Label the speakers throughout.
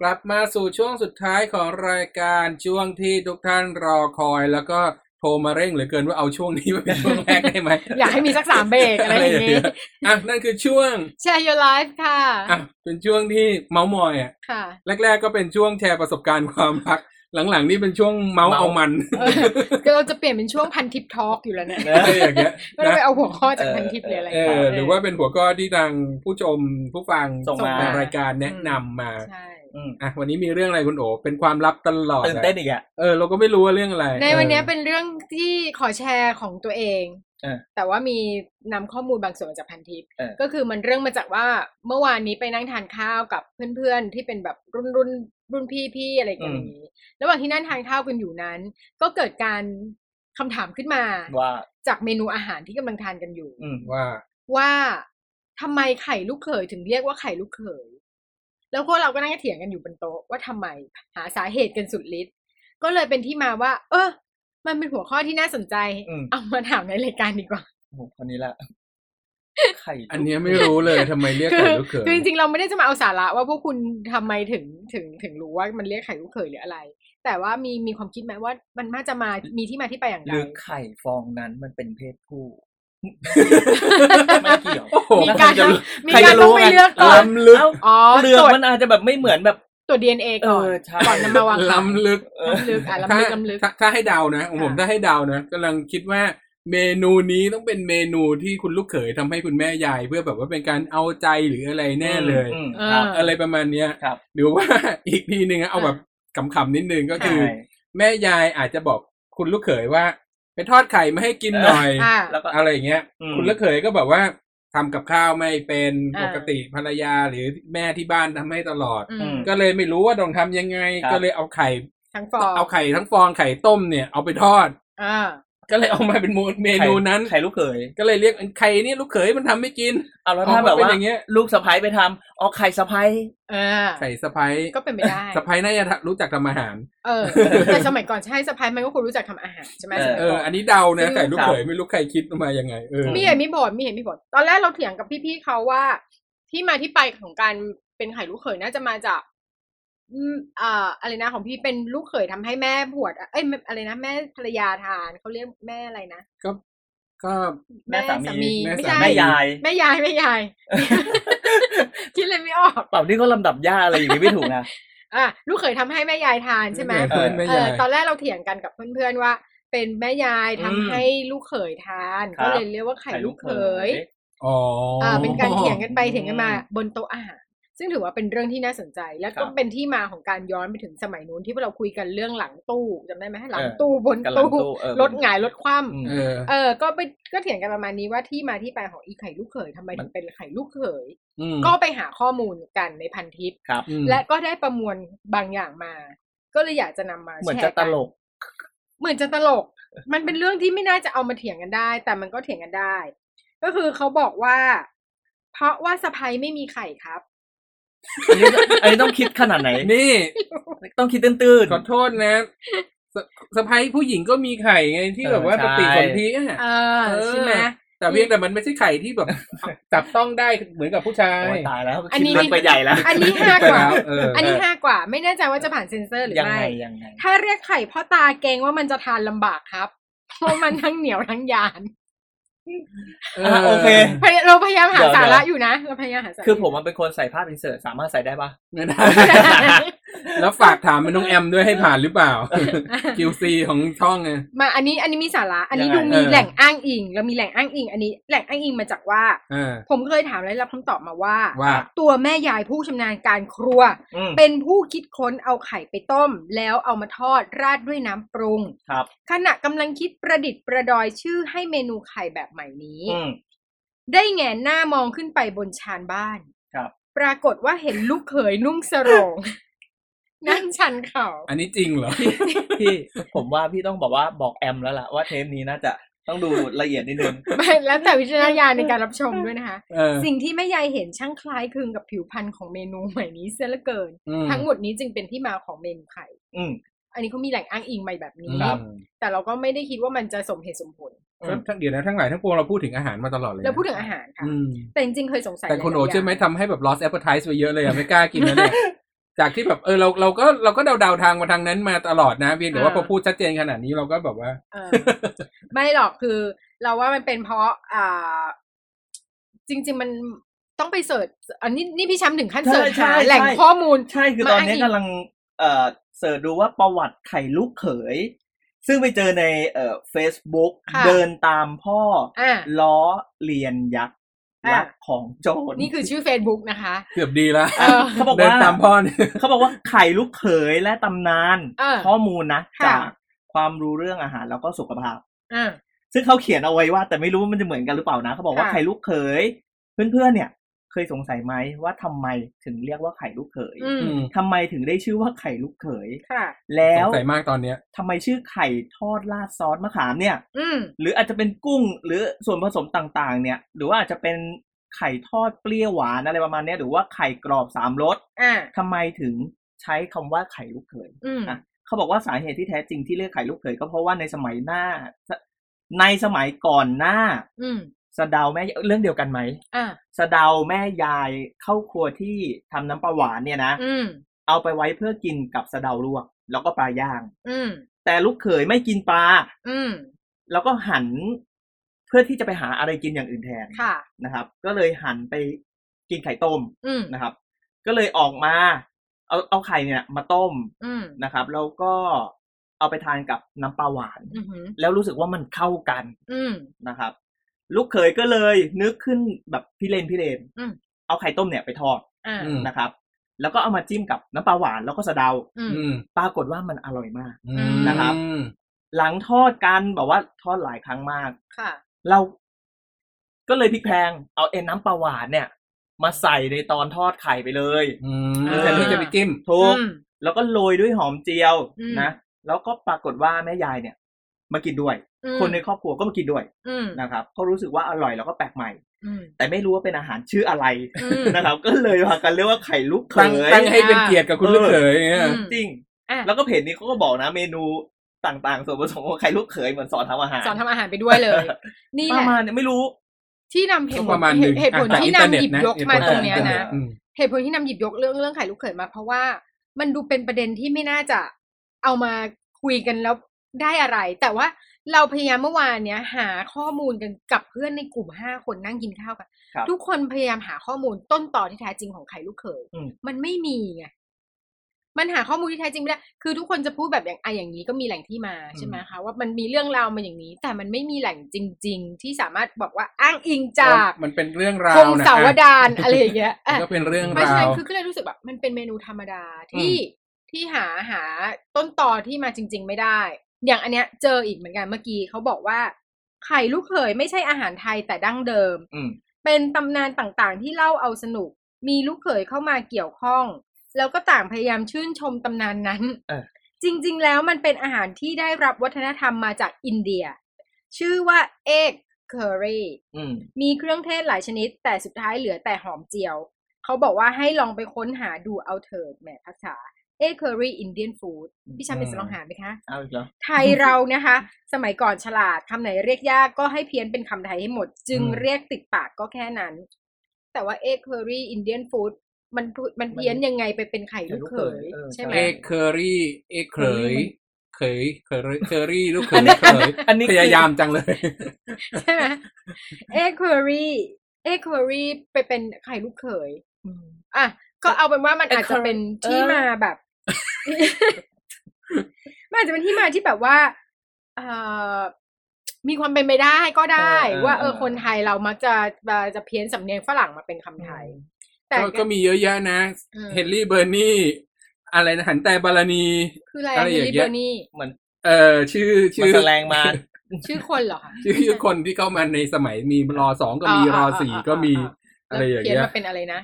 Speaker 1: กลับมาสู่ช่วงสุดท้ายของรายการช่วงที่ทุกท่านรอคอย แล้วก็โทรมาเร่งเหลือเกินว่าเอาช่วงนี้มาเป็นช่วงแรกได้ไหม
Speaker 2: อยากให้มีสักสามเบรกอะไรอย่าง
Speaker 1: เงี้
Speaker 2: นี้
Speaker 1: ยอ่ะนั่นคือช่วง
Speaker 2: แชร์ your life ค่ะ
Speaker 1: อ่ะเป็นช่วงที่เมาส์มอยอ่ะ
Speaker 2: ค่ะ
Speaker 1: แรกๆก็เป็นช่วงแชร์ประสบการณ์ความรัก หลังๆนี่เป็นช่วงเมาส์
Speaker 3: เมาส์
Speaker 1: เอามัน
Speaker 2: เออก็เราจะเปลี่ยนเป็นช่วงพันทิปทอล์กอยู่แล้วเนี่ย
Speaker 3: นะ
Speaker 1: อะไรอย่างเงี้ย
Speaker 2: ไม่ต้อง
Speaker 1: นะ
Speaker 2: ไปเอาหัวข้อจาก
Speaker 3: เออ
Speaker 2: พันทิปหรืออะไร
Speaker 1: เอ
Speaker 2: ค่ะ
Speaker 1: อหรือว่าเป็นหัวข้อที่ทางผู้ชมผู้ฟัง
Speaker 3: ส่งมา
Speaker 1: ทรายการแนะนำมา
Speaker 2: ใช่
Speaker 3: อืม
Speaker 1: อ่ะวันนี้มีเรื่องอะไรคุณโอเป็นความลับตลอด
Speaker 3: ตื่นเต้นอีกอ่ะ
Speaker 1: เออเราก็ไม่รู้ว่าเรื่องอะไร
Speaker 2: ในวันเนี้ย
Speaker 1: ออ
Speaker 2: เป็นเรื่องที่ขอแชร์ของตัวเอง
Speaker 3: เออ
Speaker 2: แต่ว่ามีนำข้อมูลบางส่วนมาจากพันทิป
Speaker 3: เออ
Speaker 2: ก็คือมันเรื่องมาจากว่าเมื่อวานนี้ไปนั่งทานข้าวกับเพื่อนๆ ที่เป็นแบบรุ่นรุ่นๆรุ่นพี่พี่ๆอะไรกันอย่างนี้ ระหว่างที่นั่งทานข้าวกันอยู่นั้น ก็เกิดการคำถามขึ้นมา
Speaker 3: ว่า
Speaker 2: จากเมนูอาหารที่กำลังทานกันอยู่
Speaker 3: อืม
Speaker 1: ว่า
Speaker 2: ว่าทำไมไข่ลูกเขยถึงเรียกว่าไข่ลูกเขย แล้วพวกเราก็นั่งเถียงกันอยู่บนโต๊ะว่าทำไมหาสาเหตุกันสุดฤทธิ์ก็เลยเป็นที่มาว่า เออ มันเป็นหัวข้อที่น่าสนใจ
Speaker 3: อืม
Speaker 2: เอามาถามในรายการดีกว่า
Speaker 3: โอ้โหคนนี้ละไข่
Speaker 1: อันเนี้ยไม่รู้เลยทำไมเรียก
Speaker 2: คื
Speaker 1: ไข่ลูกเขย
Speaker 2: คือจริงๆเราไม่ได้จะมาเอาสาระว่าพวกคุณทำไมถึงถึงถึงรู้ว่ามันเรียกไข่ลูกเขยหรืออะไร แต่ว่ามีมีความคิดไหมว่า มันน่าจะมามีที่มาที่ไปอย่าง
Speaker 3: ห
Speaker 2: ไร
Speaker 3: รือไข่ฟองนั้นมันเป็นเพศผู้ ไม่เกี่ยว
Speaker 1: โอ้โห
Speaker 2: มีการต้องมี
Speaker 3: ใคร
Speaker 2: การ
Speaker 3: จะรู้
Speaker 2: ต้องไป
Speaker 3: ไง
Speaker 2: เลือกก่อน
Speaker 1: ล้ำลึก
Speaker 3: เอ้า
Speaker 2: อ๋อ
Speaker 3: เรือง
Speaker 2: ตรวจ
Speaker 3: มันอาจจะแบบไม่เหมือนแบบ
Speaker 2: ตรวจดีเอ็นเอ
Speaker 3: เอ
Speaker 2: ก่อน
Speaker 3: อใช่
Speaker 2: ก่อนนำมาวางขาย
Speaker 1: ล้ำลึก
Speaker 3: เออ
Speaker 2: ล้ำลึกอ่ะ
Speaker 1: ถ้า
Speaker 2: ล้ำลึกล้ำลึก
Speaker 1: ถ้าถ้าให้เดานะของผม
Speaker 2: ค่ะ
Speaker 1: ถ้าให้เดานะกำลังคิดว่าเมนูนี้ต้องเป็นเมนูที่คุณลูกเขยทำให้คุณแม่ยาย เพื่อแบบว่าเป็นการเอาใจหรืออะไรแน่เลย
Speaker 3: อืม
Speaker 2: เออ
Speaker 3: ครับ
Speaker 1: อะไรประมาณเนี้ย
Speaker 3: ครับ
Speaker 1: หรือว่า อีกทีหนึ่งอะเอาแบบขำๆนิดนึงก็คือ
Speaker 3: ใช่
Speaker 1: แม่ยายอาจจะบอกคุณลูกเขยว่า ไปทอดไข่มาให้กินหน่อย
Speaker 2: อ่า
Speaker 3: แล้วก็
Speaker 1: อะไรอย่างเงี้ย
Speaker 3: อืม
Speaker 1: คุณลูกเขยก็แบบว่าทำกับข้าวไม่เป็น
Speaker 2: อ่า
Speaker 1: ปกติภรรยาหรือแม่ที่บ้านทำให้ตลอด
Speaker 2: อื
Speaker 3: อื
Speaker 2: ม
Speaker 3: ม
Speaker 1: ก็เลยไม่รู้ว่าต้องทำยังไง
Speaker 3: ครับ
Speaker 1: ก็เลยเอาไข่
Speaker 2: ทั้งฟอง
Speaker 1: เอาไข่ทั้งฟองไข่ต้มเนี่ยเอาไปทอด
Speaker 2: อ่า
Speaker 1: ก็เลยเอามาเป็นเมนูนั้น
Speaker 3: ไข่ลูกเขย
Speaker 1: ก็เลยเรียกไข่นี่ลูกเขยมันทำไม่กิน
Speaker 3: เอาแล้ว
Speaker 1: ออ
Speaker 3: ถ้า
Speaker 1: กม
Speaker 3: แบบ
Speaker 1: เป็น
Speaker 3: ว่า
Speaker 1: อย่างเงี้ย
Speaker 3: ลูกสะพ้ายไปทำเอาไข่สะพ้าย
Speaker 2: เออ
Speaker 1: ไข่สะพ้าย
Speaker 2: ก็เป็นไปได้
Speaker 1: สะพ้ายน่าจะรู้จักทำอาหาร
Speaker 2: เออ แต่สมัยก่อนใช่สะพายมันก็ควรรู้จักทำอาหารใช่ไหม
Speaker 3: เอ
Speaker 2: ส
Speaker 3: อ
Speaker 2: มัย
Speaker 1: เออ
Speaker 2: ก่อน
Speaker 1: อันนี้เดานะไข่ลูกเขยไม่รู้ใครคิดมายังไงเออ
Speaker 2: มีเห็นมีบทมีเห็นมีบทตอนแรกเราเถียงกับพี่ๆเขาว่า ที่มาที่ไปของการเป็นไข่ลูกเขยน่าจะมาจาก อืมอ่าอะไรนะของพี่เป็นลูกเขยทำให้แม่บวชเอ้ยไม่อะไรนะแม่ภรรยาทานเขาเรียกแม่อะไรนะ
Speaker 1: ก็ก็
Speaker 3: แม่สามี
Speaker 1: แม่
Speaker 2: ไม่
Speaker 1: สา
Speaker 2: ใช่
Speaker 3: แม่ยาย
Speaker 2: แม่ยายแม่ยาย คิดเลยไม่ออก
Speaker 3: เปล่านี่ก็ลำดับย่าอะไรอย่างนี้ไม่ถูกนะ
Speaker 2: อ่ะลูกเขยทำให้แม่ยายทานใช่ไหม
Speaker 1: เออ
Speaker 2: เอย
Speaker 1: แม่า
Speaker 2: อย ตอนแรกเราเถียงกันกับเพื่อนๆว่า เป็นแม่ยายทำ
Speaker 3: อืม
Speaker 2: ให้ลูกเขยทาน
Speaker 3: ครั
Speaker 2: ก็
Speaker 3: บ
Speaker 2: เลยเรียกว่าไข่ลูกเขย
Speaker 1: อ๋อ
Speaker 2: อ่าเป็นการเถียงกันไป
Speaker 3: อืม
Speaker 2: เถียงกันมาบนโต๊ะอาหารซึ่งถือว่าเป็นเรื่องที่น่าสนใจ แล้วก็
Speaker 3: ครับ
Speaker 2: เป็นที่มาของการย้อนไปถึงสมัยนู้นที่พวกเราคุยกันเรื่องหลังตู้จำได้ไหมหลัง
Speaker 3: เออ
Speaker 2: ตู้บน
Speaker 3: กับหลัง
Speaker 2: ตู้
Speaker 3: ตู้เออ
Speaker 2: รถหงายรถคว่
Speaker 3: อืม
Speaker 1: เออ
Speaker 2: ำเออ ก็ไปก็เถียงกันประมาณนี้ว่าที่มาที่ไปของอีไข่ลูกเขยทำไมถึงเป็นไข่ลูกเขย
Speaker 1: อืม
Speaker 2: ก็ไปหาข้อมูลกันในพันทิป
Speaker 3: ครับ
Speaker 1: อืม
Speaker 2: และก็ได้ประมวลบางอย่างมา ก็เลยอยากจะนำมา
Speaker 3: เหมือน
Speaker 2: แช
Speaker 3: จะ
Speaker 2: ร์
Speaker 3: ต
Speaker 2: กัน
Speaker 3: ลก
Speaker 2: เหมือนจะตลก มันเป็นเรื่องที่ไม่น่าจะเอามาเถียงกันได้ แต่มันก็เถียงกันได้ ก็คือเขาบอกว่า เพราะว่าสะพายไม่มีไข่ครับ
Speaker 3: อันนี้อันนี้ต้องคิดขนาดไหน
Speaker 1: นี่
Speaker 3: ต้องคิดตื้น
Speaker 1: ขอโทษนะสสะพ้ายผู้หญิงก็มีไข่ไงที่
Speaker 3: เออ
Speaker 1: แบบว่า
Speaker 3: ใช่
Speaker 1: ปฏิสนธิอะ
Speaker 2: เออ
Speaker 1: เออ
Speaker 2: ใช่ไหม
Speaker 1: แต่เพียงแต่มันไม่ใช่ไข่ที่แบบ จับต้องได้เหมือนกับผู้ชา
Speaker 3: ๆ
Speaker 1: ย
Speaker 3: โอ้ยตายแล้ว
Speaker 2: อัน
Speaker 3: คิด
Speaker 2: นี้
Speaker 3: เล็กไปใหญ่แล้ว
Speaker 2: อันนี้ห้ากว่า
Speaker 1: เออ
Speaker 2: อั
Speaker 1: อั
Speaker 2: นนี้ห้ากว่า ไม่แน่ใจว่าจะผ่านเซ็นเซอร์หรือ
Speaker 3: ยัง
Speaker 2: ไม่
Speaker 3: ไงยังไง
Speaker 2: ถ้าเรียกไข่พ่อตาเกรงว่ามันจะทานลำบากครับ เพราะมันทั้งเหนียวทั้งยาน
Speaker 3: อ่ะโอเค
Speaker 2: พย เราพยายามหา
Speaker 3: เดี๋ยว
Speaker 2: สาระอยู่นะ เราพยายามหาสาระ
Speaker 3: คือผมมันเป็นคนใส่ภาพอินเสิร์ตสามารถใส่ได้ปะ
Speaker 1: ไม่ได้ แล้วฝากถามมันน้องแอมด้วยให้ผ่านหรือเปล่า QC ของช่องไง
Speaker 2: มาอันนี้อันนี้มีสาระ อันนี้
Speaker 3: ยัง
Speaker 2: ดูมี
Speaker 3: ไง
Speaker 1: เออ
Speaker 2: แหล่งอ้างอิง เรามีแหล่งอ้างอิง อันนี้แหล่งอ้างอิงมาจากว่า
Speaker 1: อ่า
Speaker 2: ผมเคยถามและได้รับคำตอบมาว่า
Speaker 1: ว่า
Speaker 2: ตัวแม่ยายผู้ชำนาญการครัว
Speaker 3: อืม
Speaker 2: เป็นผู้คิดค้นเอาไข่ไปต้ม แล้วเอามาทอดราดด้วยน้ำปรุง
Speaker 3: ครับ
Speaker 2: ขณะกำลังคิดประดิษฐ์ประดอยชื่อให้เมนูไข่แบบใหม่นี้
Speaker 3: อืม
Speaker 2: ได้แงนหน้ามองขึ้นไปบนชานบ้าน
Speaker 3: ครับ
Speaker 2: ปรากฏว่าเห็นลูกเขยนุ่งสรง นั่งชันเข่า
Speaker 1: อันนี้จริงเหรอ
Speaker 3: พี่ผมว่าพี่ต้องบอกว่าบอกแอมแล้วล่ะว่าเทปนี้น่าจะต้องดูละเอียดนิดนึง
Speaker 2: ไม่แล้วแต่วิจารณญาณในการรับชมด้วยนะคะ
Speaker 1: เออ
Speaker 2: สิ่งที่แม่ยายเห็นช่างคล้ายคลึงกับผิวพรรณของเมนูใหม่นี้เสียเหลือเกิน
Speaker 1: อืม
Speaker 2: ทั้งหมดนี้จึงเป็นที่มาของเมนูไข่
Speaker 3: อืม
Speaker 2: อันนี้เขามีแหล่งอ้างอิงใหม่แบบนี้
Speaker 3: ครับ
Speaker 2: แต่เราก็ไม่ได้คิดว่ามันจะสมเหตุสมผล
Speaker 3: อื
Speaker 1: ก็
Speaker 3: ม
Speaker 1: ทั้งเดี๋ยวนะทั้งหลายทั้งปวงเราพูดถึงอาหารมาตลอดเลยนะ
Speaker 2: เราพูดถึงอาหารค่ะ
Speaker 1: อืม
Speaker 2: แต่จริงๆเคยสงสัย
Speaker 1: แต่คุณโอ
Speaker 2: ลายๆย่าง
Speaker 1: เชื่อไหมทำให้แบบ lost appetite ไปเยอะเลยอะไม่กล้ากินแล้วเนี่ย จากที่แบบเออเราเราก็เราก็เดาเดาๆทางมาทางนั้นมาตลอดนะเพียงแต่ว่า
Speaker 2: อ่า
Speaker 1: พอพูดชัดเจนขนาดนี้เราก็แบบว่า
Speaker 2: เออ ไม่หรอกคือเราว่ามันเป็นเพราะอ่าจริง ๆ มันต้องไปเสิร์ชอันนี้นี่พี่แชมป์ถึงขั้น
Speaker 3: ใช่
Speaker 2: เสิร์ช
Speaker 3: ใช่
Speaker 2: หาแหล่ง
Speaker 3: ใช่
Speaker 2: ข้อมูล
Speaker 3: ใช่คือ
Speaker 2: มา
Speaker 3: ตอน
Speaker 2: อ้าง
Speaker 3: นี้
Speaker 2: อิง
Speaker 3: กำลังเอ่อเสิร์ชดูว่าประวัติไข่ลูกเขย ซึ่งไปเจอในเอ่อ Facebook
Speaker 2: ค่ะ
Speaker 3: เดินตามพ่อ
Speaker 2: อ่า
Speaker 3: ล้อเลียนยักษ์
Speaker 2: อ่ะ
Speaker 3: รักของโจร
Speaker 2: นี่คือชื่อ Facebook นะคะ
Speaker 1: เกือบดีละ
Speaker 2: เออ
Speaker 3: เขาบอก
Speaker 1: เดิน
Speaker 3: ว่า
Speaker 1: ตามพ่อเนี่ย
Speaker 3: เขาบอกว่าไข่ลูกเขยและตำนาน
Speaker 2: เออ
Speaker 3: ข้อมูลนะ
Speaker 2: ค่ะ
Speaker 3: จากความรู้เรื่องอาหารแล้วก็สุขภาพ
Speaker 2: อ่า
Speaker 3: ซึ่งเขาเขียนเอาไว้ว่า แต่ไม่รู้ว่ามันจะเหมือนกันหรือเปล่านะเขาบอกว่า
Speaker 2: ค่ะ
Speaker 3: ไข่ลูกเขย เพื่อนๆเนี่ย เคยสงสัยไหมว่าทำไมถึงเรียกว่าไข่ลูกเขย
Speaker 2: อืม
Speaker 3: ทำไมถึงได้ชื่อว่าไข่ลูกเขย
Speaker 2: ค่ะ
Speaker 1: ส
Speaker 3: แล้
Speaker 1: ง
Speaker 3: ว
Speaker 1: สัยมากตอนเนี้ย
Speaker 3: ทำไมชื่อไข่ทอดราดซอสมะขามเนี่ย
Speaker 2: อืม
Speaker 3: หรืออาจจะเป็นกุ้งหรือส่วนผสมต่างๆ เนี่ย หรือว่าอาจจะเป็นไข่ทอดเปรี้ยวหวานอะไรประมาณเนี้ยหรือว่าไข่กรอบสามรส
Speaker 2: อ่า
Speaker 3: ทำไมถึงใช้คำว่าไข่ลูกเขย
Speaker 2: อืม
Speaker 3: อ่ะ เขาบอกว่าสาเหตุที่แท้จริงที่เรียกไข่ลูกเขยก็เพราะว่าในสมัยหน้า ในสมัยก่อนหน้า
Speaker 2: อืม
Speaker 3: สะเดาแม่เรื่องเดียวกันไหม
Speaker 2: อ่า
Speaker 3: สะเดาแม่ยายเข้าครัวที่ทำน้ำปลาหวานเนี่ยนะ
Speaker 2: อืม
Speaker 3: เอาไปไว้เพื่อกินกับสะเดาลวกแล้วก็ปลาย่าง
Speaker 2: อืม
Speaker 3: แต่ลูกเขยไม่กินปลา
Speaker 2: อืม
Speaker 3: แล้วก็หันเพื่อที่จะไปหาอะไรกินอย่างอื่นแทน
Speaker 2: ค่ะ
Speaker 3: นะครับ ก็เลยหันไปกินไข่ต้ม
Speaker 2: อืม
Speaker 3: นะครับ ก็เลยออกมาเอาเอาไข่เนี่ย มาต้ม
Speaker 2: อืม
Speaker 3: นะครับ แล้วก็เอาไปทานกับน้ำปลาหวาน
Speaker 2: อืมหือ
Speaker 3: แล้วรู้สึกว่ามันเข้ากัน
Speaker 2: อืม
Speaker 3: นะครับ ลูกเขยก็เลยนึกขึ้นแบบพิเรนพิเรน
Speaker 2: อืม
Speaker 3: เอาไข่ต้มเนี่ยไปทอด
Speaker 2: อ่า
Speaker 1: อืม
Speaker 3: นะครับ แล้วก็เอามาจิ้มกับน้ำปลาหวานแล้วก็สะเดา
Speaker 2: อืม
Speaker 1: อืม
Speaker 3: ปรากฏว่ามันอร่อยมาก
Speaker 1: อืม
Speaker 3: นะครับ หลังทอดกันแบบว่าทอดหลายครั้งมาก
Speaker 2: ค่ะ
Speaker 3: เราก็เลยพลิกแพลงเอาเอ็นน้ำปลาหวานเนี่ย มาใส่ในตอนทอดไข่ไปเลย
Speaker 1: อืม
Speaker 2: อ่า
Speaker 1: แต่นี่จะไปจิ้ม
Speaker 3: ถูก
Speaker 2: อืม
Speaker 3: แล้วก็โรยด้วยหอมเจียว
Speaker 2: อืม
Speaker 3: นะแล้วก็ปรากฏว่าแม่ยายเนี่ย มากินด้วย
Speaker 2: อืม
Speaker 3: คนในครอบครัวก็มากินด้วย
Speaker 2: อืม
Speaker 3: นะครับก็รู้สึกว่าอร่อยแล้วก็แปลกใหม่
Speaker 2: อืม
Speaker 3: แต่ไม่รู้ว่าเป็นอาหารชื่ออะไร
Speaker 2: อืม
Speaker 3: นะครับ ก็เลยพากันเรียกว่าไข่ลูกเข
Speaker 1: ตั้ง
Speaker 3: ย
Speaker 1: ตั้งให้เป็นเกียรติกับคุณ
Speaker 3: เออ
Speaker 1: ลูกเขยอย่างเงี้ย
Speaker 2: อืม
Speaker 3: จริง
Speaker 2: อ่ะ
Speaker 3: แล้วก็เพจนี้เขาก็บอกนะเมนูต่างๆ ส่วนผสมของไข่ลูกเขยเหมือนสอนทำอาหาร
Speaker 2: สอนทำอาหารไปด้วยเลย นี่
Speaker 3: ป
Speaker 2: แห
Speaker 3: ระ
Speaker 2: ละ
Speaker 3: มาณเนี่ยไม่รู้
Speaker 2: ที่นำเห
Speaker 1: ก็
Speaker 2: ตุผ
Speaker 1: ป
Speaker 2: ล
Speaker 1: ระมาณหนึ่ง
Speaker 2: เหตุผล
Speaker 1: อ่ะจาก
Speaker 2: ที่
Speaker 1: อินเทอร์
Speaker 2: นำ
Speaker 1: เน็ต
Speaker 2: หยิบ
Speaker 1: นะ
Speaker 2: ยก
Speaker 1: เห
Speaker 2: มา
Speaker 1: ตุผล
Speaker 2: ตรงเนี้ย
Speaker 1: จากอิเทอร์เต
Speaker 2: นะ
Speaker 1: อืม
Speaker 2: เหตุผลที่นำหยิบยกเรื่องเรื่องไข่ลูกเขยมา เพราะว่ามันดูเป็นประเด็นที่ไม่น่าจะเอามาคุยกันแล้วได้อะไร แต่ว่าเราพยายามเมื่อวานเนี้ย หาข้อมูลกันกับเพื่อนในกลุ่มห้าคนนั่งกินข้าวกัน
Speaker 3: ครับ
Speaker 2: ทุกคนพยายามหาข้อมูลต้นต่อที่แท้จริงของไข่ลูกเขย
Speaker 3: อืม
Speaker 2: มันไม่มีไงมันหาข้อมูลที่แท้จริงไม่ได้คือทุกคนจะพูดแบบอย่างอะอย่างนี้ก็มีแหล่งที่มาใช่ไหมคะว่ามันมีเรื่องราวมาอย่างนี้ แต่มันไม่มีแหล่งจริง ๆ ที่สามารถบอกว่าอ้างอิงจาก
Speaker 1: มันเป็นเรื่องราว
Speaker 2: พงศาว
Speaker 1: นะ
Speaker 2: ดารอะไรอย่างเงี้ย
Speaker 1: มั
Speaker 2: อ่ะ
Speaker 1: นก็เป็นเรื่อง
Speaker 2: เพราะฉะ
Speaker 1: รา
Speaker 2: นั้
Speaker 1: วน
Speaker 2: คือก็เลยรู้สึกแบบมันเป็นเมนูธรรมดาที่ที่หาหาต้นตอที่มาจริง ๆ ไม่ได้ อย่างอันเนี้ยเจออีกเหมือนกันเมื่อกี้เขาบอกว่า ไข่ลูกเขยไม่ใช่อาหารไทยแต่ดั้งเดิม
Speaker 3: อืม
Speaker 2: เป็นตำนานต่างๆ ที่เล่าเอาสนุก มีลูกเขยเข้ามาเกี่ยวข้อง แล้วก็ต่างพยายามชื่นชมตำนานนั้น
Speaker 3: เออ
Speaker 2: จริง ๆ แล้วมันเป็นอาหารที่ได้รับวัฒนธรรมมาจากอินเดีย ชื่อว่าเอ็กเคอรี่
Speaker 3: อืม
Speaker 2: มีเครื่องเทศหลายชนิด แต่สุดท้ายเหลือแต่หอมเจียว เขาบอกว่าให้ลองไปค้นหาดูเอาเถิดแหมภาษาเอเคอรี่อินเดียนฟู้ดพี่ชามเป็นสลองหาไหมคะ
Speaker 3: เอาอีกแล้ว
Speaker 2: ไทยเรานะคะ สมัยก่อนฉลาดคำไหนเรียกยากก็ให้เพี้ยนเป็นคำไทยให้หมด จึง
Speaker 3: อืม
Speaker 2: เรียกติดปากก็แค่นั้น แต่ว่าเอเคอรี่อินเดียนฟู้ดมันพูดมันเพี้ยนยังไงไปเป็นไข่ลูกเขยใช่ไหม
Speaker 1: เอกเคอรี่เอกเคยเคยเคอรี่เคอรี่ลูกเขยเคย
Speaker 3: อันนี้
Speaker 1: พ
Speaker 3: คือ
Speaker 1: ยายามจังเลย
Speaker 2: ใช่ไหมเอเคอรี่เอเคอรี่ไปเป็นไข่ลูกเขย อ่ะก็เอาเป็นว่ามันอาจจะ
Speaker 3: Occur-
Speaker 2: เป็นที่
Speaker 3: เออ
Speaker 2: มาแบบ มันอาจจะเป็นที่มาที่แบบว่าเอ่อมีความเป็นไปได้ก็ได้ ว่าเออคนไทยเรามักจะจะจะเพี้ยนสำเนียงฝรั่งมาเป็นคำไทย แต่
Speaker 1: ก็ก็มีเยอะแยะนะ
Speaker 2: อืม
Speaker 1: เฮนรี่เบอร์นี่ อะไรนะหันแต่บาลานี
Speaker 2: คืออะไร
Speaker 1: อะไรอ
Speaker 2: ฮิ
Speaker 1: ย่าง
Speaker 2: ลิ
Speaker 1: เงี้
Speaker 2: เบ
Speaker 1: ย
Speaker 2: อร์นี่
Speaker 3: เหมือน
Speaker 1: เออชื่อ
Speaker 3: มั
Speaker 1: ชื่
Speaker 3: น
Speaker 1: อ
Speaker 3: แสลงมา
Speaker 2: ชื่อคนเหรอคะ
Speaker 1: ชื่อคนที่เข้ามาในสมัยมีรอสองก็มีรอสี่ก็มี
Speaker 2: แล้
Speaker 1: อะ
Speaker 2: ว
Speaker 1: ไรอย่าง
Speaker 2: เพี้ยน
Speaker 1: เงี้ย
Speaker 2: มาเป็นอะไรนะ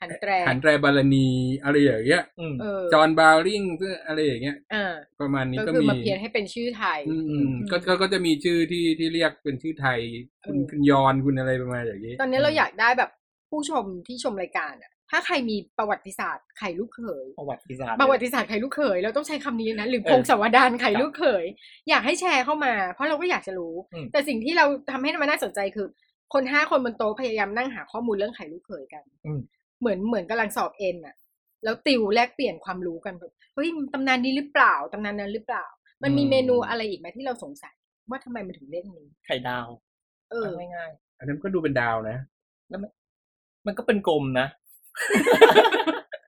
Speaker 2: หันแตร
Speaker 1: หันแตรบาลานีอะไรอย่างเงี้ย
Speaker 3: อืม
Speaker 2: เออ
Speaker 1: จอห์นบาวริงซึ่งอะไรอย่างเงี้ย
Speaker 2: เออ
Speaker 1: ประมาณนี้
Speaker 2: ก็
Speaker 1: ก็
Speaker 2: คือ
Speaker 1: มี
Speaker 2: มาเพี้ยนให้เป็นชื่อไทย
Speaker 1: อืมอืม
Speaker 3: อืม
Speaker 1: ก็ก็ก็จะมีชื่อที่ที่เรียกเป็นชื่อไทย คุณ
Speaker 2: เออ
Speaker 1: คุณยอนคุณอะไรประมาณอย่างนี้
Speaker 2: ตอนนี้เราอยากได้แบบผู้ชมที่ชมรายการอะถ้าใครมีประวัติศาสตร์ไข่ลูกเขย
Speaker 3: ประวัติศาสตร์
Speaker 2: ประวัติศาสตร์ไข่ลูกเขยเราต้องใช้คำนี้นะหรือ
Speaker 3: เออ
Speaker 2: พงศาวดารไข่ลูกเขย อยากให้แชร์เข้ามา เพราะเราก็อยากจะรู้
Speaker 3: อืม
Speaker 2: แต่สิ่งที่เราทำให้มันน่าสนใจคือ คนห้าคนบนโต๊ะพยายามนั่งหาข้อมูลเรื่องไข่ลูกเขยกัน
Speaker 3: อืม
Speaker 2: เหมือนเหมือนกำลังสอบเอ็นอะ แล้วติวแลกเปลี่ยนความรู้กันแบบเฮ้ยตำนานนี้หรือเปล่าตำนานนั้นหรือเปล่า มันมี
Speaker 1: อืม
Speaker 2: เมนูอะไรอีกไหมที่เราสงสัย ว่าทำไมมันถึงเรียกนี้
Speaker 3: ไข่ดาว
Speaker 2: เออ
Speaker 3: าง่าย
Speaker 1: อันนั้นก็ดูเป็นดาวนะ
Speaker 3: ๆมันก็เป็นกลม นะ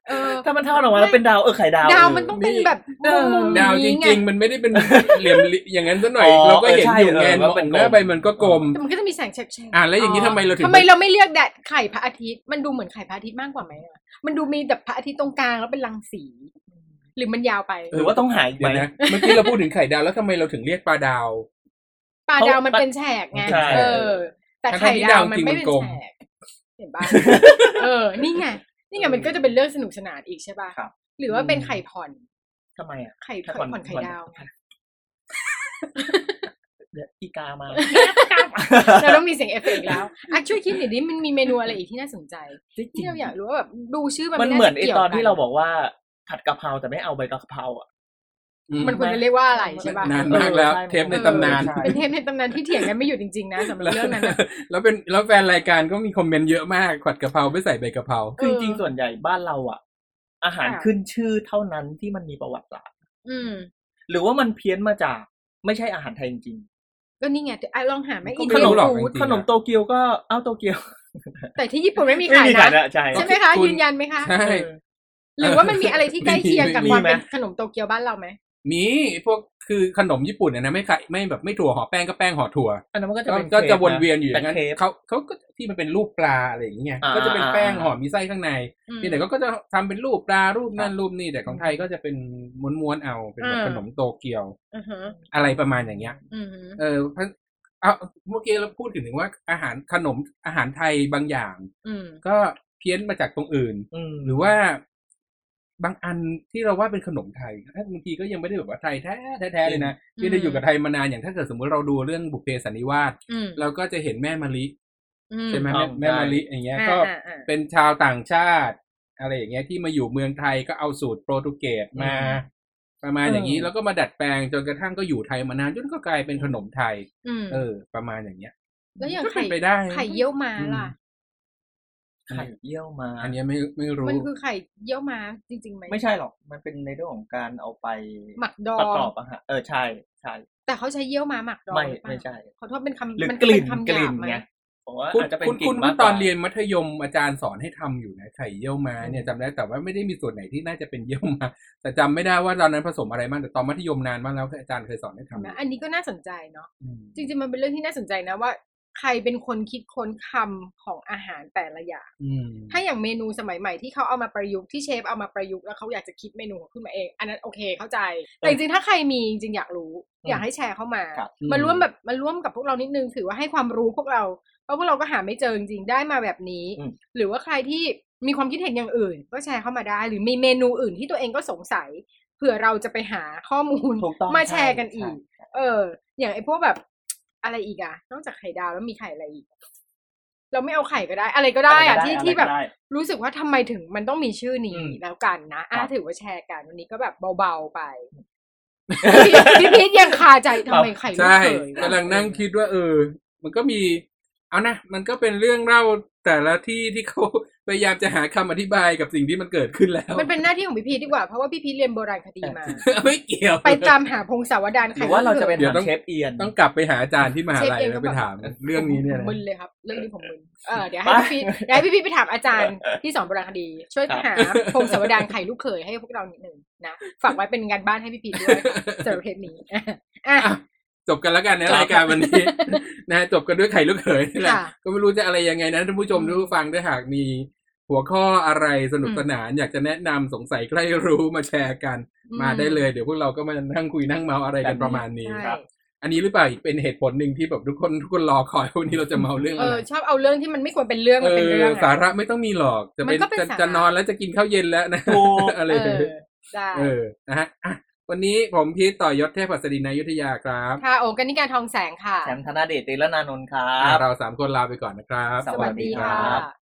Speaker 2: เออ
Speaker 3: ถ้ามันทอดออกมาแล้วเป็นดาวเออไข่ดาว
Speaker 2: ดาว
Speaker 3: เ
Speaker 2: มันต้องเป็นแบบ
Speaker 3: เออ
Speaker 2: มุมๆ
Speaker 1: ดาวจ
Speaker 2: นี้ไ
Speaker 1: ริง ๆ มันไม่ได้เป็น เหลี่ยมๆอย่างนั้นซะหน่อย
Speaker 3: อ๋อ
Speaker 1: เราก็เห็นอยู่
Speaker 3: เออ
Speaker 1: ไง
Speaker 3: ใช่
Speaker 1: มอ
Speaker 3: เออว่าเป็น
Speaker 1: งหน้าก
Speaker 3: ลม
Speaker 1: ไปมันก็กลม
Speaker 2: แต่มันก็จะมีแสงแฉกๆ
Speaker 1: อ่ะแล้วอย่างนี้ทำไมเราถึง
Speaker 2: ทำไมเราไม่เรียกแดดไข่พระอาทิตย์ มันดูเหมือนไข่พระอาทิตย์มากกว่าไหมอะมันดูมีแต่พระอาทิตย์ตรงกลางแล้วเป็นรังสี หรือมันยาวไป
Speaker 3: หรือว่าต้องหาย
Speaker 1: เดี๋
Speaker 3: ไป
Speaker 1: ยวนะเมื่อกี้เราพูดถึงไข่ดาวแล้วทำไมเราถึงเรียกปลาดาว
Speaker 2: ปลาดาวมันเป็นแฉกไง
Speaker 3: ใช่
Speaker 2: เออ แต่ไข่ดาวมันไม่เป็น
Speaker 1: ทั้งๆที่ดาวจริงๆมันกลม
Speaker 2: แฉกเห็นปะเออ นี่ไงนี่ไงมันก็จะเป็นเรื่องสนุกสนานอีกใช่ป่ะ
Speaker 3: ครับ
Speaker 2: หรือว่าเป็นไข่ผ่อน
Speaker 3: ทำไมอ่ะ
Speaker 2: ไข่
Speaker 3: ถ้า
Speaker 2: ผ่อนผ่อนไข่ดาวไง
Speaker 3: เดี๋ยวอีกามา
Speaker 2: เราต้องมีเสียงเอฟเฟกต์แล้วอ่ะช่วยคิดหน่อยดิมันมีเมนูอะไรอีกที่น่าสนใจ ที่เราอยากรู้ว่าแบบดูชื่อมัน
Speaker 3: มัน
Speaker 2: ไา
Speaker 3: เหมือน
Speaker 2: จะ
Speaker 3: ไอ
Speaker 2: กี่ยว
Speaker 3: ตอนที่เรา
Speaker 2: กั
Speaker 3: บอกว่าผัดกะเพราแต่ไม่เอาใบกะเพราอ่ะ
Speaker 1: อืม
Speaker 2: มันควรจะเรียกว่าอะไรใช่ป่ะ
Speaker 1: นานมากแล้ว
Speaker 3: เออใช่
Speaker 1: เทปในตำนาน
Speaker 3: ใช่
Speaker 2: เป็นเทปในตำนานที่เถียงกันไม่หยุดจริงๆนะสำหรับเรื่องนั้นน่ะ
Speaker 1: แล้วเป็นแล้วแฟนรายการก็มีคอมเมนต์เยอะมากขวัดกะเพราไม่ใส่ใบกะเพรา
Speaker 3: คือจริงๆส่วนใหญ่บ้านเราอ่ะ อาหาร
Speaker 2: ค่ะ
Speaker 3: ขึ้นชื่อเท่านั้นที่มันมีประวัติศาสตร์
Speaker 2: อืม
Speaker 3: หรือว่ามันเพี้ยนมาจากไม่ใช่อาหารไทยจริง
Speaker 2: ก็นี่ไงไอ้ลองหาไหม
Speaker 1: ก็
Speaker 2: อิน
Speaker 1: ไม่
Speaker 2: เดีย
Speaker 1: รู้หรอก
Speaker 2: ฟู้ด
Speaker 1: จริง
Speaker 3: ๆขนมโตเกียวก็เอ้าโตเกียว
Speaker 2: แต่ที่ญี่ปุ่นไม่มี
Speaker 3: ไม่
Speaker 2: ขาย
Speaker 3: มี
Speaker 2: นะ
Speaker 3: ขายนะใช่
Speaker 2: ใช่ไหมคะ
Speaker 1: คุณ
Speaker 2: ยืนยันไหมคะ
Speaker 1: ใช่
Speaker 3: เออ
Speaker 2: หรือว่ามันมีอะไรที่ใกล้เคียงกับ
Speaker 1: มี
Speaker 2: ความเป็น
Speaker 3: ไหม
Speaker 2: ขนมโตเกียวบ้านเราไหม
Speaker 1: มีพวกคือขนมญี่ปุ่นเนี่ยนะไม่ไข่ไม่แบบไม่ถั่วห่อแป้งก็แป้งห่อถั่ว
Speaker 3: อันนั้นมันก็จะ
Speaker 1: ก็
Speaker 3: เป็น
Speaker 1: ก็จะ
Speaker 3: ค้
Speaker 1: วนเวียนอยู่อ
Speaker 3: เป็
Speaker 1: ย่างนั้น
Speaker 3: เค้ก
Speaker 1: เขาเขาก็ที่มันเป็นรูปปลาอะไรอย่างเงี้ย
Speaker 3: อ่า
Speaker 1: ก็จะเป็นแป้ง
Speaker 3: อ่า
Speaker 1: ห่อมีไส้ข้างใน
Speaker 2: อืม
Speaker 1: ที่ไหนก็ก็จะทำเป็นรูปปลารูปนั่นรูปนี่แต่ของไทยก็จะเป็นม้วนๆเอาเป็นแบบ
Speaker 2: อ่า
Speaker 1: ขนมโตเกียว
Speaker 2: อือฮะ
Speaker 1: อะไรประมาณอย่างเงี้ย
Speaker 2: อือฮะ
Speaker 1: เออเพราะเอาเมื่อกี้เราพูดถึงว่าอาหารขนมอาหารไทยบางอย่าง
Speaker 2: อืม
Speaker 1: ก็เพี้ยนมาจากตรงอื่น
Speaker 3: อืม
Speaker 1: หรือว่าบางอันที่เราว่าเป็นขนมไทยบางทีก็ยังไม่ได้แบบว่าไทยแท้แท้ๆเลยนะที่ได้อยู่กับไทยมานานอย่างถ้าเกิดสมมติเราดูเรื่องบุพเพสันนิวาส
Speaker 2: อืม
Speaker 1: เราก็จะเห็นแม่มะลิ
Speaker 2: อื
Speaker 1: ใช่ไหมแม่แม่มะลิอย่างเงี้ย
Speaker 2: อ่า
Speaker 1: ก็
Speaker 2: อ่าอ่า
Speaker 1: เป็นชาวต่างชาติ อะไรอย่างเงี้ยที่มาอยู่เมืองไทยก็เอาสูตรโปรตุเกสมา ประมาณอย่างนี้แล้วก็มาดัดแปลงจนกระทั่งก็อยู่ไทยมานานจนก็กลายเป็นขนมไทย
Speaker 2: อืม
Speaker 1: เออ ประมาณอย่างเงี้ย
Speaker 2: แล้วอย่าง
Speaker 1: ก็เป็
Speaker 2: ไข่
Speaker 1: นไปได้
Speaker 2: ไข่เยี่ยวม้า
Speaker 1: อืม
Speaker 2: ล่ะ
Speaker 3: ไข่เยี่ยวมา
Speaker 1: อันเนี้ยไม่ไม่รู้
Speaker 2: มันคือไข่เยี่ยวม้าจริงๆไหม
Speaker 3: ไม่ใช่หรอก มันเป็นในเรื่องของการเอาไป
Speaker 2: หมักดอ
Speaker 3: ประก
Speaker 2: ง
Speaker 3: อบอาหารเออใช่ใช่
Speaker 2: แต่เขาใช้เยี่ยวม้าหมักดอง
Speaker 3: ไม่
Speaker 2: หรือเปล่า
Speaker 3: ไม่ใช่
Speaker 2: ขอโทษเป็นคำ
Speaker 3: หรือ
Speaker 2: มัน
Speaker 3: กลิ่น
Speaker 2: เป็คำห
Speaker 3: ก
Speaker 2: ยา
Speaker 3: ลิ่น
Speaker 2: บไหม
Speaker 3: ไงผมว่า
Speaker 1: คุณ
Speaker 3: อาจจะเป็น
Speaker 1: คุณ
Speaker 3: กลิ่
Speaker 1: คุณว่าม
Speaker 3: นากก
Speaker 1: ตอ
Speaker 3: ว่าน
Speaker 1: เรียนมัธยมอาจารย์สอนให้ทำอยู่นะไข่เยี่ยวม้าเนี่ยจำได้แต่ว่าไม่ได้มีส่วนไหนที่น่าจะเป็นเยี่ยวม้าแต่จำไม่ได้ว่าตอนนั้นผสมอะไรบ้างแต่ตอนมัธยมนานมากแล้วอาจารย์เคยสอนให้
Speaker 2: เห็
Speaker 1: ทำ
Speaker 2: นไหมอันนี้ก็น่าสนใจเนาะ
Speaker 1: อืม
Speaker 2: จริงๆมันเป็นเรื่องที่น่าสนใจนะว่า ใครเป็นคนคิดค้นคำของอาหารแต่ละอย่าง
Speaker 1: อืม
Speaker 2: ถ้าอย่างเมนูสมัยใหม่ที่เขาเอามาประยุกต์ที่เชฟเอามาประยุกต์แล้วเขาอยากจะคิดเมนูขึ้นมาเอง อันนั้นโอเคเข้าใจ แต่จริงๆถ้าใครมีจริงๆอยากรู้
Speaker 3: อืม
Speaker 2: อยากให้แชร์เข้ามา
Speaker 3: ครับ
Speaker 2: มาร่วมแบบมาร่วมกับพวกเรานิดนึงถือว่าให้ความรู้พวกเราเพราะพวกเราก็หาไม่เจอจริงๆได้มาแบบนี้
Speaker 3: อืม
Speaker 2: หรือว่าใครที่มีความคิดเห็นอย่างอื่น ก็แชร์เข้ามาได้ หรือมีเมนูอื่นที่ตัวเองก็สงสัยเผื่อเราจะไปหาข้อมูล
Speaker 3: ถูกต้อง
Speaker 2: มาแชร์
Speaker 3: ใ
Speaker 2: กันอีก
Speaker 3: ใช่
Speaker 2: เออ อย่างไอ้พวกแบบอะไรอีกอะนอกจากไข่ดาวแล้วมีไข่อะไรอีก เราไม่เอาไข่ก็ได้ อะไรก็ได้อะ
Speaker 3: ร
Speaker 2: ที่
Speaker 3: ไร
Speaker 2: ที่แบบ
Speaker 3: ได้
Speaker 2: รู้สึกว่าทำไมถึงมันต้องมีชื่อนี้
Speaker 3: อืม
Speaker 2: แล้วกันนะอ่ะ
Speaker 3: ครับ
Speaker 2: ถือว่าแชร์กันวันนี้ก็แบบเบาๆไป พี่พีทยังคาใจทำไมไข่ลูก
Speaker 1: ใช่
Speaker 2: เขย
Speaker 1: กำลังนั่งคิดว่า เออ มันก็มี เอานะ มันก็เป็นเรื่องเล่าแต่ละที่ที่เขา พยายามจะหาคำอธิบายกับสิ่งที่มันเกิดขึ้นแล้ว
Speaker 2: มันเป็นหน้าที่ของพี่พีทดีกว่า เพราะว่าพี่พีทเรียนโบราณคดีมา
Speaker 1: ไม่เกี่ยว
Speaker 2: ไปตามหาพงศาวดาร
Speaker 3: ห
Speaker 2: ไข่
Speaker 3: รือว่าเราจะเป็น
Speaker 1: เดี๋ย
Speaker 3: หาว
Speaker 1: ต้อง
Speaker 3: เชฟเอียน
Speaker 1: ต้องกลับไปหาอาจารย์ที่มหาลัย
Speaker 2: เชฟเอง
Speaker 1: แล้ว
Speaker 2: ก็
Speaker 1: ไป
Speaker 2: แบบ
Speaker 1: ถามเรื่องนี้เนี่ยนะ
Speaker 2: มึนเลยครับ เรื่องนี้ผมมึนเออเดี๋ยวให้พี่พีท
Speaker 3: ไป
Speaker 2: เดี๋ยวให้พี่พีทไปถามอาจารย์ที่สอนโบราณคดี ช่วยหาพงศาวดารไข่ลูกเขยให้พวกเรานิดนึงนะฝากไว้เป็นงานบ้านให้พี่พีทด้วยสำหรับเทปนี้ อ่ะอ่ะ
Speaker 1: อ่ะจบกันแล้วกันนะ
Speaker 2: จบ
Speaker 1: รายการวันนี้ นะจบกันด้วยไข่ลูกเขยนี่แหละ
Speaker 2: ค่ะ
Speaker 1: ก็ไม่รู้จะอะไรยังไงนะท่านผู้ชม
Speaker 2: อืม
Speaker 1: ท่านผู้ฟังถ้าหากมีหัวข้ออะไรสนุก
Speaker 2: อืม
Speaker 1: สนาน อยากจะแนะนำสงสัยใครรู้มาแชร์กัน มาได้เลยเดี๋ยวพวกเราก็มานั่งคุยนั่งเมาอะไรกันประมาณนี้
Speaker 2: ใช่
Speaker 3: ครับ
Speaker 1: อันนี้หรือเปล่าอีกเป็นเหตุผลหนึ่งที่แบบทุกคนทุกคนรอคอยวันนี้เราจะเมาเรื่อง
Speaker 2: เอ
Speaker 1: อะไร
Speaker 2: อชอบเอาเรื่องที่มันไม่ควรเป็นเรื่องมาเป็นเรื่อง
Speaker 1: สา
Speaker 2: อะ
Speaker 1: ระไม่ต้องมีหรอกจะ
Speaker 2: มันก็เป็น
Speaker 1: จะ
Speaker 2: สาระ
Speaker 1: จะนอนแล้วจะกินข้าวเย็นแล้วนะ
Speaker 3: ถูก
Speaker 1: อะไรอ
Speaker 2: เอ
Speaker 1: ย่าง
Speaker 2: อ
Speaker 1: เงี้ย
Speaker 2: ได้
Speaker 1: เออนะฮะอ่ะวันนี้ผมพีทต่อยศเทพหัสดินนายุทธยาครับ
Speaker 2: ค่ะโอกันิการทองแสงค่ะ
Speaker 3: แชมป์ธนเดชเตลนานนท์ครั
Speaker 1: อ่ะ
Speaker 3: บ
Speaker 1: เราสามคนลาไปก่อนนะครับ
Speaker 3: สวัสดี
Speaker 2: สวัสดีค่ะ